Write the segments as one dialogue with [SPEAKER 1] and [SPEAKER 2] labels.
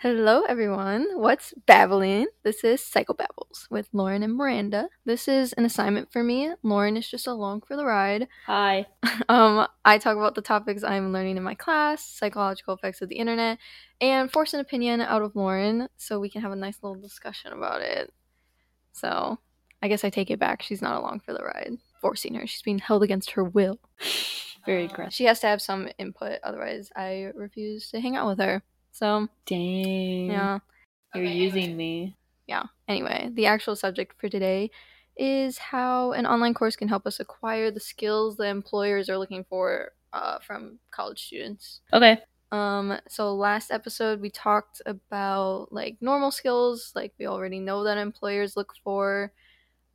[SPEAKER 1] Hello, everyone. What's babbling? This is Psychobabbles with Lauren and Miranda. This is an assignment for me. Lauren is just along for the ride.
[SPEAKER 2] Hi.
[SPEAKER 1] Um, I talk about the topics I'm learning in my class, psychological effects of the internet, and force an opinion out of Lauren so we can have a nice little discussion about it. So, I guess I take it back. She's not along for the ride. Forcing her. She's being held against her will.
[SPEAKER 2] Very
[SPEAKER 1] Uh,
[SPEAKER 2] aggressive.
[SPEAKER 1] She has to have some input, otherwise, I refuse to hang out with her. So,
[SPEAKER 2] Dang.
[SPEAKER 1] yeah.
[SPEAKER 2] Mm. You're using me.
[SPEAKER 1] yeah. Anyway, the actual subject for today is how an online course can help us acquire the skills that employers are looking for uh, from college students.
[SPEAKER 2] Okay.
[SPEAKER 1] Um, so last episode we talked about like normal skills, like we already know that employers look for.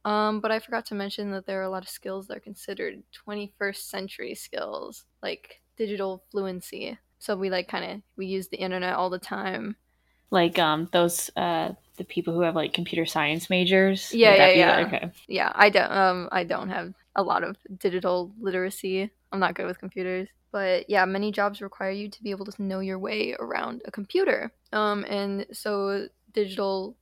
[SPEAKER 1] Um, but I forgot to mention that there are a lot of skills that are considered 21st century skills, like digital fluency. So we like kind of we use the internet all the time
[SPEAKER 2] Like um those uh the people who have like computer science majors.
[SPEAKER 1] Yeah,
[SPEAKER 2] Would that
[SPEAKER 1] yeah,
[SPEAKER 2] be- Okay.
[SPEAKER 1] yeah i don't um i don't have a lot of digital literacy i'm not good with computers but yeah many jobs require you to be able to know your way around a computer um and so digital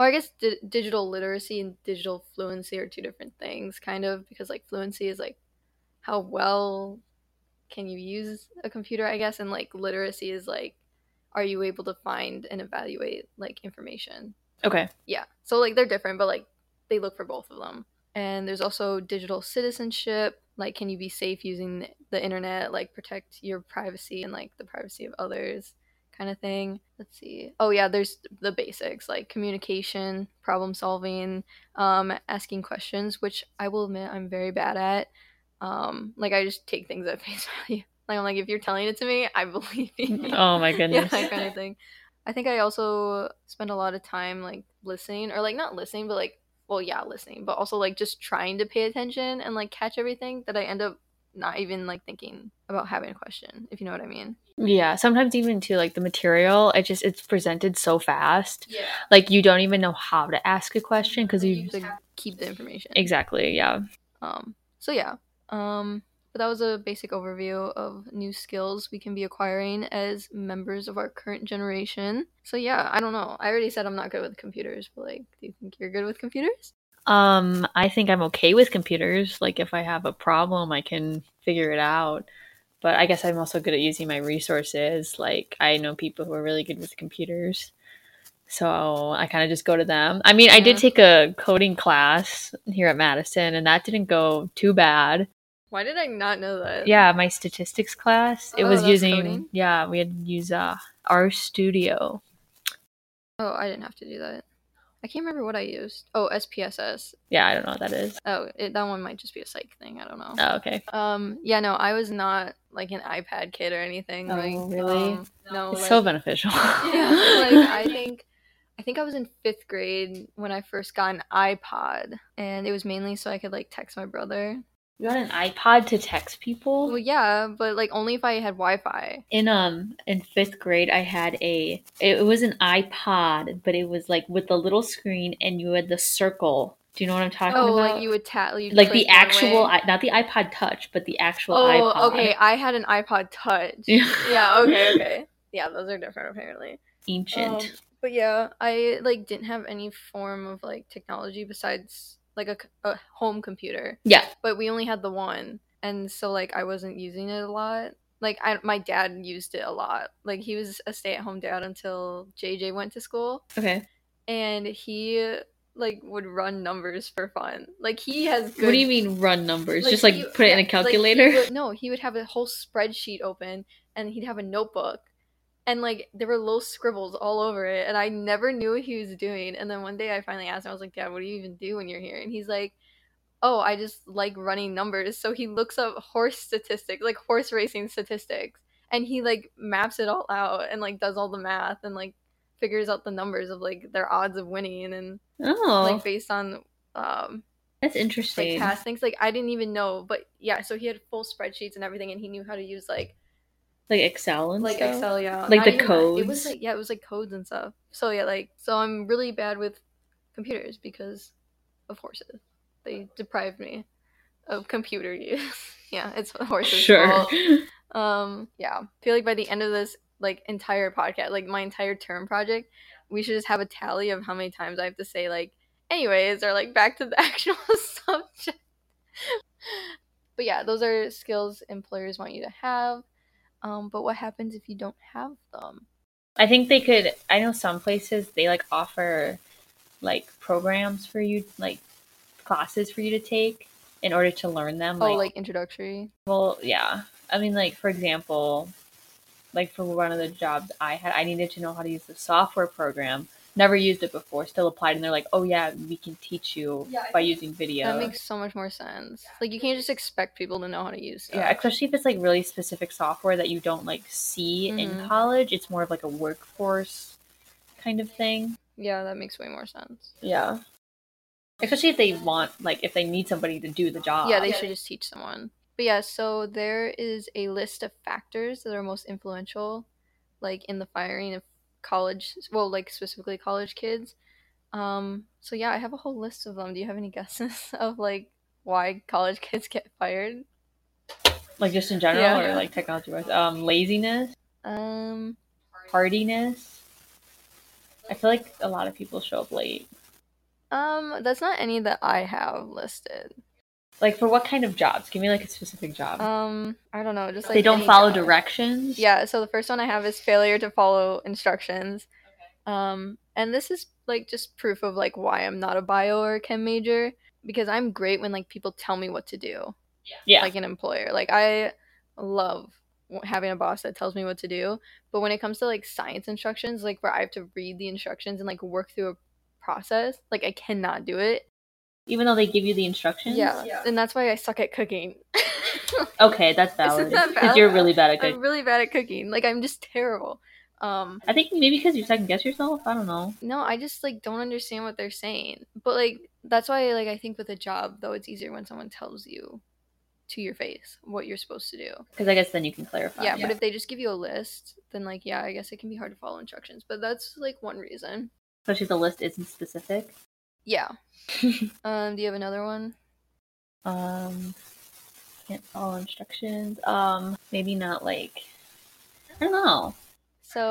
[SPEAKER 1] or i guess di- digital literacy and digital fluency are two different things kind of because like fluency is like how well can you use a computer i guess and like literacy is like are you able to find and evaluate like information
[SPEAKER 2] Okay.
[SPEAKER 1] yeah so like they're different but like they look for both of them and there's also digital citizenship like can you be safe using the internet like protect your privacy and like the privacy of others kind of thing let's see oh yeah there's the basics like communication problem solving um asking questions which i will admit i'm very bad at um like i just take things at face value like i'm like if you're telling it to me i believe you
[SPEAKER 2] Oh my goodness.
[SPEAKER 1] yeah, that kind of thing. I think I also spend a lot of time like listening, or like not listening, but like, well, yeah, listening, but also like just trying to pay attention and like catch everything that I end up not even like thinking about having a question, if you know what I mean.
[SPEAKER 2] Yeah, sometimes even too like the material, it just it's presented so fast.
[SPEAKER 1] Yeah.
[SPEAKER 2] Like you don't even know how to ask a question because you
[SPEAKER 1] just like, keep the information.
[SPEAKER 2] Exactly, yeah.
[SPEAKER 1] Um, so yeah. Um, but that was a basic overview of new skills we can be acquiring as members of our current generation. So yeah, I don't know. I already said I'm not good with computers, but like, do you think you're good with computers?
[SPEAKER 2] Um, I think I'm okay with computers. Like if I have a problem, I can figure it out. But I guess I'm also good at using my resources. Like I know people who are really good with computers. So I kind of just go to them. I mean, I did
[SPEAKER 1] Yeah.
[SPEAKER 2] take a coding class here at Madison and that didn't go too bad.
[SPEAKER 1] Why did I not know that?
[SPEAKER 2] Yeah, my statistics class, it
[SPEAKER 1] Oh,
[SPEAKER 2] was
[SPEAKER 1] that's
[SPEAKER 2] using
[SPEAKER 1] coding?
[SPEAKER 2] yeah, we had to use uh R Studio.
[SPEAKER 1] Oh, I didn't have to do that. I can't remember what I used. Oh, SPSS.
[SPEAKER 2] Yeah, I don't know what that is.
[SPEAKER 1] Oh, it, that one might just be a psych thing. I don't know.
[SPEAKER 2] Oh, okay.
[SPEAKER 1] Um, yeah, no, I was not like an iPad kid or anything.
[SPEAKER 2] Oh,
[SPEAKER 1] like,
[SPEAKER 2] really?
[SPEAKER 1] um, no,
[SPEAKER 2] It's
[SPEAKER 1] like,
[SPEAKER 2] so beneficial.
[SPEAKER 1] yeah, like I think, I think I was in fifth grade when I first got an iPod, and it was mainly so I could like text my brother.
[SPEAKER 2] You got an iPod to text people?
[SPEAKER 1] Well, yeah, but like only if I had Wi-Fi.
[SPEAKER 2] in um in fifth grade i had a it was an ipod but it was like with a little screen and you had the circle do you know what i'm talking
[SPEAKER 1] Oh,
[SPEAKER 2] about
[SPEAKER 1] like you would tap, you
[SPEAKER 2] like the actual i- not the ipod touch but the actual
[SPEAKER 1] Oh,
[SPEAKER 2] ipod
[SPEAKER 1] okay. I had an iPod Touch. yeah okay okay yeah those are different apparently
[SPEAKER 2] ancient
[SPEAKER 1] Um, but yeah i like didn't have any form of like technology besides like a, c- a home computer
[SPEAKER 2] yeah
[SPEAKER 1] but we only had the one and so like i wasn't using it a lot like I, my dad used it a lot like he was a stay-at-home dad until jj went to school
[SPEAKER 2] okay
[SPEAKER 1] and he like would run numbers for fun like he has good
[SPEAKER 2] what do you mean run numbers just
[SPEAKER 1] he-
[SPEAKER 2] like put it in
[SPEAKER 1] yeah,
[SPEAKER 2] a
[SPEAKER 1] like, he
[SPEAKER 2] calculator
[SPEAKER 1] would- no, he would have a whole spreadsheet open and he'd have a notebook. And like there were little scribbles all over it, and I never knew what he was doing. And then one day I finally asked him, I was like, Dad, what do you even do when you're here? And he's like, Oh, I just like running numbers. So he looks up horse statistics, like horse racing statistics, and he like maps it all out and like does all the math and like figures out the numbers of like their odds of winning and
[SPEAKER 2] oh
[SPEAKER 1] like based on um
[SPEAKER 2] that's
[SPEAKER 1] like
[SPEAKER 2] interesting
[SPEAKER 1] past things like i didn't even know but yeah so he had full spreadsheets and everything and he knew how to use like
[SPEAKER 2] like excel and
[SPEAKER 1] like
[SPEAKER 2] stuff?
[SPEAKER 1] excel yeah
[SPEAKER 2] Like
[SPEAKER 1] Not
[SPEAKER 2] the
[SPEAKER 1] even that. it was
[SPEAKER 2] codes?
[SPEAKER 1] like yeah it was like codes and stuff so yeah like so i'm really bad with computers because of horses they deprived me of computer use yeah it's horses
[SPEAKER 2] sure
[SPEAKER 1] fault. um yeah I feel like by the end of this like entire podcast, like my entire term project, we should just have a tally of how many times I have to say like anyways or like back to the actual subject. but yeah, those are skills employers want you to have. Um, but what happens if you don't have them?
[SPEAKER 2] I think they could. I know some places they like offer like programs for you, like classes for you to take in order to learn them.
[SPEAKER 1] oh, like introductory.
[SPEAKER 2] well, yeah. I mean, like for example, like for one of the jobs I had, I needed to know how to use the software program. Never used it before. Still applied, and they're like, "Oh yeah, we can teach you
[SPEAKER 1] Yeah, I
[SPEAKER 2] by using video."
[SPEAKER 1] That makes so much more sense. Like you can't just expect people to know how to use. Stuff.
[SPEAKER 2] Yeah, especially if it's like really specific software that you don't like see
[SPEAKER 1] Mhm.
[SPEAKER 2] in college. It's more of like a workforce kind of thing.
[SPEAKER 1] Yeah, that makes way more sense.
[SPEAKER 2] Yeah. Especially if they want like if they need somebody to do the job.
[SPEAKER 1] yeah, they should just teach someone. But yeah, so there is a list of factors that are most influential, like in the firing of college, well, like specifically college kids. Um, so yeah, I have a whole list of them. Do you have any guesses of like why college kids get fired?
[SPEAKER 2] like just in general
[SPEAKER 1] Yeah.
[SPEAKER 2] or like technology wise. Um laziness,
[SPEAKER 1] Um,
[SPEAKER 2] hardiness. I feel like a lot of people show up late.
[SPEAKER 1] um, that's not any that I have listed.
[SPEAKER 2] Like for what kind of jobs? Give me like a specific job.
[SPEAKER 1] Um, I don't know, just like
[SPEAKER 2] they don't
[SPEAKER 1] any
[SPEAKER 2] follow
[SPEAKER 1] job.
[SPEAKER 2] directions.
[SPEAKER 1] Yeah, so the first one I have is failure to follow instructions. Um, and this is like just proof of like why I'm not a bio or a chem major because I'm great when like people tell me what to do,
[SPEAKER 2] Yeah.
[SPEAKER 1] like an employer. Like I love w- having a boss that tells me what to do, but when it comes to like science instructions, like where I have to read the instructions and like work through a process, like I cannot do it.
[SPEAKER 2] Even though they give you the instructions.
[SPEAKER 1] Yeah. And that's why I suck at cooking.
[SPEAKER 2] Okay, that's valid.
[SPEAKER 1] Isn't that
[SPEAKER 2] Because you're
[SPEAKER 1] valid?
[SPEAKER 2] really bad at cooking.
[SPEAKER 1] I'm really bad at cooking. Like I'm just terrible. Um
[SPEAKER 2] I think maybe because you second guess yourself. I don't know.
[SPEAKER 1] no i just like don't understand what they're saying but like that's why like i think with a job though it's easier when someone tells you to your face what you're supposed to do
[SPEAKER 2] Because I guess then you can clarify.
[SPEAKER 1] yeah, but if they just give you a list then like yeah i guess it can be hard to follow instructions but that's like one reason
[SPEAKER 2] Especially if the list isn't specific.
[SPEAKER 1] yeah um do you have another one
[SPEAKER 2] Um, can't follow instructions. Um, maybe not like. I don't know.
[SPEAKER 1] so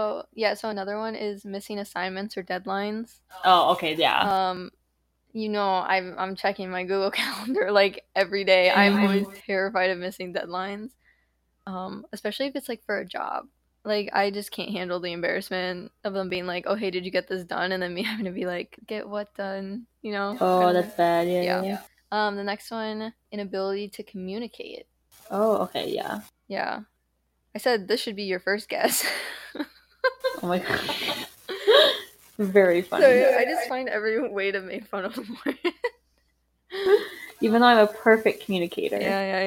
[SPEAKER 1] yeah so another one is missing assignments or deadlines
[SPEAKER 2] Oh, okay, yeah.
[SPEAKER 1] um you know i'm i'm checking my google calendar like every day i'm
[SPEAKER 2] Mhm.
[SPEAKER 1] always terrified of missing deadlines um especially if it's like for a job like i just can't handle the embarrassment of them being like oh hey did you get this done and then me having to be like get what done you know
[SPEAKER 2] oh, that's bad. Yeah,
[SPEAKER 1] Yeah.
[SPEAKER 2] yeah. yeah.
[SPEAKER 1] um the next one inability to communicate
[SPEAKER 2] Oh, okay, yeah.
[SPEAKER 1] yeah i said this should be your first guess
[SPEAKER 2] Oh my god. Very funny.
[SPEAKER 1] Sorry, i just find every way to make fun of them
[SPEAKER 2] Even though I'm a perfect communicator,
[SPEAKER 1] yeah yeah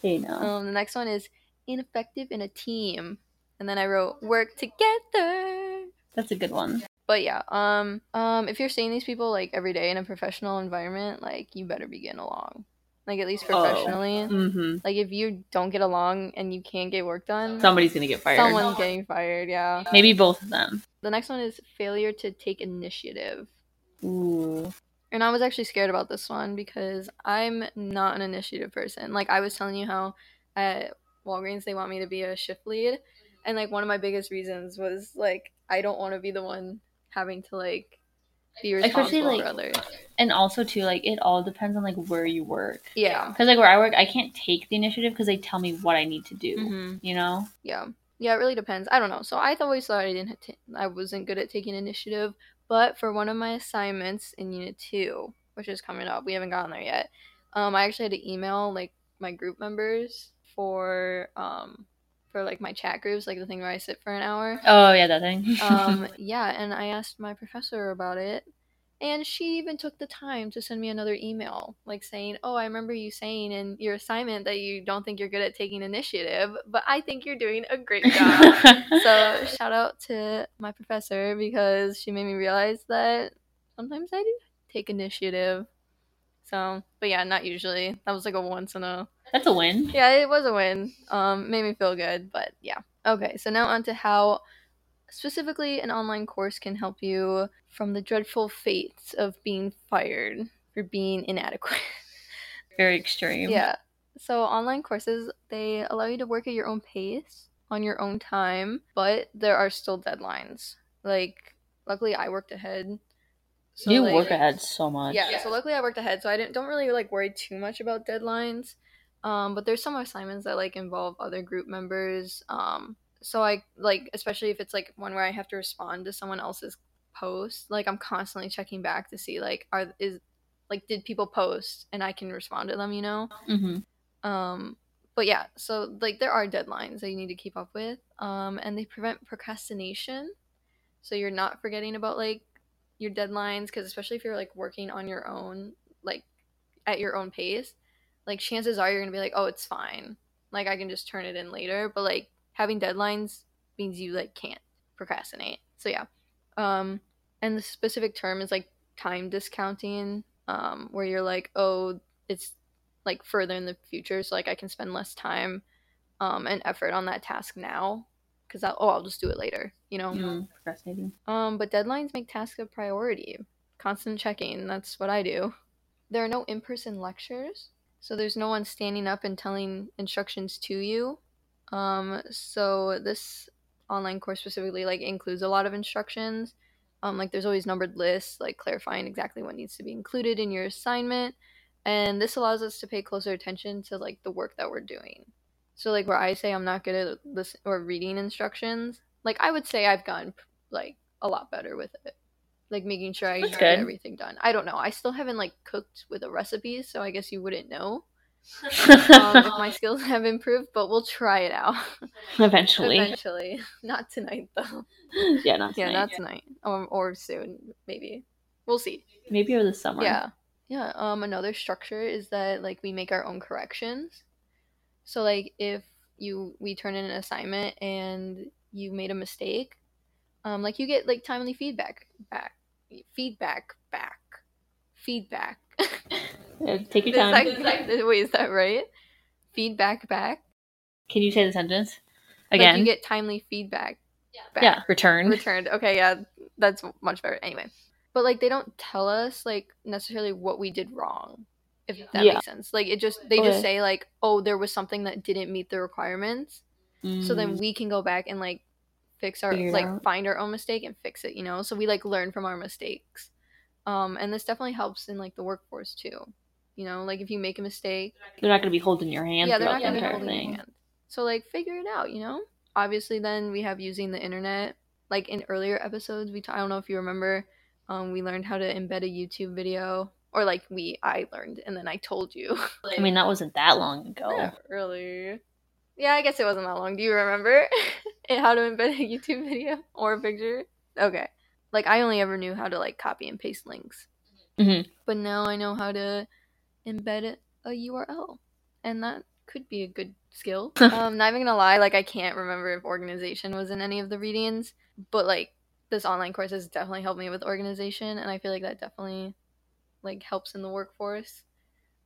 [SPEAKER 1] yeah
[SPEAKER 2] you know.
[SPEAKER 1] Um, the next one is ineffective in a team, and then I wrote work together.
[SPEAKER 2] That's a good one.
[SPEAKER 1] But yeah, um, um, if you're seeing these people like every day in a professional environment, like you better be getting along, like at least
[SPEAKER 2] Oh.
[SPEAKER 1] professionally.
[SPEAKER 2] Mm-hmm.
[SPEAKER 1] Like if you don't get along and you can't get work done,
[SPEAKER 2] Somebody's gonna get fired.
[SPEAKER 1] someone's getting fired. Yeah.
[SPEAKER 2] Maybe both of them.
[SPEAKER 1] The next one is failure to take initiative.
[SPEAKER 2] Ooh.
[SPEAKER 1] And I was actually scared about this one because I'm not an initiative person. Like I was telling you how at Walgreens they want me to be a shift lead, and like one of my biggest reasons was like I don't want to be the one having to like be responsible
[SPEAKER 2] Especially, like-
[SPEAKER 1] for others.
[SPEAKER 2] And also too, like it all depends on like where you work.
[SPEAKER 1] Yeah.
[SPEAKER 2] Because like where I work, I can't take the initiative because they tell me what I need to do.
[SPEAKER 1] hmm
[SPEAKER 2] You know.
[SPEAKER 1] Yeah. Yeah, it really depends. I don't know. So I always thought I didn't t- I wasn't good at taking initiative, but for one of my assignments in unit 2, which is coming up, we haven't gotten there yet. Um I actually had to email like my group members for um for like my chat groups, like the thing where I sit for an hour.
[SPEAKER 2] Oh yeah, that thing.
[SPEAKER 1] Um yeah, and I asked my professor about it, and she even took the time to send me another email like saying, "Oh, I remember you saying in your assignment that you don't think you're good at taking initiative, but I think you're doing a great job." so shout out to my professor because she made me realize that sometimes I do take initiative. So, but yeah, not usually. That was like a once in a.
[SPEAKER 2] that's a win.
[SPEAKER 1] Yeah, it was a win. Um, made me feel good, but yeah. Okay, so now on to how specifically an online course can help you from the dreadful fates of being fired for being inadequate.
[SPEAKER 2] Very extreme.
[SPEAKER 1] Yeah. So online courses, they allow you to work at your own pace. on your own time, but there are still deadlines. Like, luckily, I worked ahead. So,
[SPEAKER 2] you
[SPEAKER 1] like-
[SPEAKER 2] work ahead so much.
[SPEAKER 1] yeah, so luckily I worked ahead, so I didn't don't really like worry too much about deadlines. Um, but there's some assignments that like involve other group members. Um, so I like especially if it's like one where I have to respond to someone else's post, like I'm constantly checking back to see like are is like did people post and I can respond to them, you know?
[SPEAKER 2] Mhm.
[SPEAKER 1] Um, but yeah, so like there are deadlines that you need to keep up with, um, and they prevent procrastination. So you're not forgetting about like your deadlines because especially if you're like working on your own, like at your own pace, like chances are you're gonna be like, oh, it's fine, like I can just turn it in later. But like having deadlines means you like can't procrastinate. So yeah, um, and the specific term is like time discounting, um, where you're like, oh, it's like further in the future so like i can spend less time um and effort on that task now because i'll oh i'll just do it later you know
[SPEAKER 2] Mhm. Procrastinating.
[SPEAKER 1] um but deadlines make tasks a priority constant checking that's what i do there are no in-person lectures so there's no one standing up and telling instructions to you um so this online course specifically like includes a lot of instructions um like there's always numbered lists like clarifying exactly what needs to be included in your assignment and this allows us to pay closer attention to like the work that we're doing so like where i say i'm not good at listen or reading instructions like i would say i've gotten like a lot better with it like making sure i
[SPEAKER 2] That's
[SPEAKER 1] get
[SPEAKER 2] good.
[SPEAKER 1] everything done i don't know i still haven't like cooked with a recipe so i guess you wouldn't know um, if my skills have improved but we'll try it out
[SPEAKER 2] Eventually.
[SPEAKER 1] eventually not tonight though
[SPEAKER 2] Yeah, not
[SPEAKER 1] yeah
[SPEAKER 2] tonight.
[SPEAKER 1] not tonight um, or soon maybe we'll see
[SPEAKER 2] Maybe over the summer.
[SPEAKER 1] yeah. Yeah. Um another structure is that like we make our own corrections. So like if you we turn in an assignment and you made a mistake, um like you get like timely feedback back. Feedback back. Feedback.
[SPEAKER 2] Yeah, Uh, Take your
[SPEAKER 1] Is
[SPEAKER 2] time.
[SPEAKER 1] that- wait, is that right? Feedback back.
[SPEAKER 2] Can you say the sentence
[SPEAKER 1] Like
[SPEAKER 2] again?
[SPEAKER 1] you get timely feedback. back.
[SPEAKER 2] yeah, return.
[SPEAKER 1] returned. Okay, yeah, that's much better. Anyway, but like they don't tell us like necessarily what we did wrong, if that
[SPEAKER 2] Yeah.
[SPEAKER 1] makes sense. Like it just they
[SPEAKER 2] Okay.
[SPEAKER 1] just say like, oh, there was something that didn't meet the requirements, so then we can go back and like fix our
[SPEAKER 2] Mm. Figure it
[SPEAKER 1] like
[SPEAKER 2] out.
[SPEAKER 1] find our own mistake and fix it. You know, so we like learn from our mistakes. Um, and this definitely helps in like the workforce too. You know, like if you make a mistake,
[SPEAKER 2] they're not going to be holding your hand
[SPEAKER 1] yeah, they're
[SPEAKER 2] throughout
[SPEAKER 1] not
[SPEAKER 2] the
[SPEAKER 1] going to be
[SPEAKER 2] entire
[SPEAKER 1] holding your
[SPEAKER 2] thing.
[SPEAKER 1] hand. So like figure it out, you know? Obviously then we have using the internet. Like in earlier episodes, we t- I don't know if you remember, um we learned how to embed a YouTube video or like we I learned and then I told you.
[SPEAKER 2] I mean, that wasn't that long ago.
[SPEAKER 1] Not really. Yeah, I guess it wasn't that long. Do you remember And how to embed a YouTube video or a picture? Okay. Like I only ever knew how to like copy and paste links.
[SPEAKER 2] Mhm.
[SPEAKER 1] But now I know how to embed a URL. And that could be a good skill. um, not even gonna lie, like I can't remember if organization was in any of the readings, but like this online course has definitely helped me with organization and I feel like that definitely like helps in the workforce.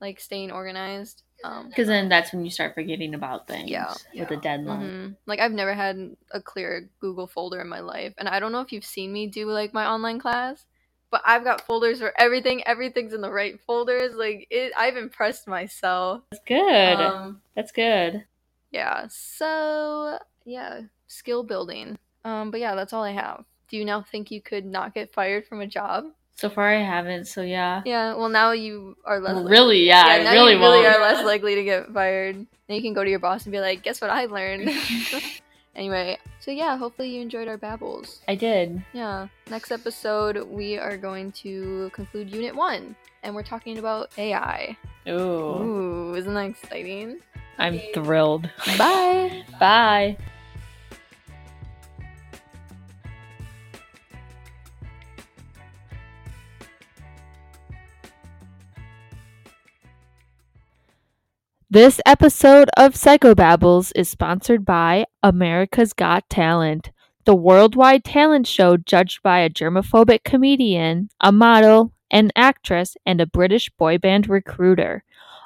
[SPEAKER 1] Like staying organized. Um
[SPEAKER 2] Because then that's when you start forgetting about things
[SPEAKER 1] Yeah.
[SPEAKER 2] with a deadline.
[SPEAKER 1] Mhm. Like I've never had a clear Google folder in my life, and I don't know if you've seen me do like my online class, but I've got folders for everything. Everything's in the right folders. Like it, I've impressed myself.
[SPEAKER 2] That's good.
[SPEAKER 1] Mm-hmm. Um,
[SPEAKER 2] that's good.
[SPEAKER 1] yeah. So yeah, skill building. Um, but yeah, that's all I have. Do you now think you could not get fired from a job?
[SPEAKER 2] So far, I haven't. So yeah,
[SPEAKER 1] Yeah. Well, now you are less.
[SPEAKER 2] Well,
[SPEAKER 1] likely-
[SPEAKER 2] really, yeah,
[SPEAKER 1] now
[SPEAKER 2] I really
[SPEAKER 1] you really
[SPEAKER 2] won't.
[SPEAKER 1] are less likely to get fired. Now you can go to your boss and be like, "Guess what I learned." anyway, so yeah, hopefully you enjoyed our babbles.
[SPEAKER 2] I did.
[SPEAKER 1] Yeah. Next episode, we are going to conclude Unit One, and we're talking about AI.
[SPEAKER 2] Ooh,
[SPEAKER 1] Ooh, isn't that exciting?
[SPEAKER 2] I'm thrilled.
[SPEAKER 1] Bye.
[SPEAKER 2] Bye.
[SPEAKER 3] This episode of Psychobabbles is sponsored by America's Got Talent, the worldwide talent show judged by a germophobic comedian, a model, an actress, and a British boy band recruiter.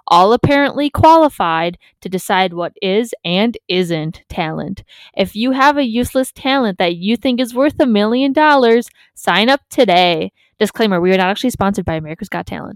[SPEAKER 3] All apparently qualified to decide what is and isn't talent. If you have a useless talent that you think is worth a million dollars, sign up today. Disclaimer we are not actually sponsored by America's Got Talent.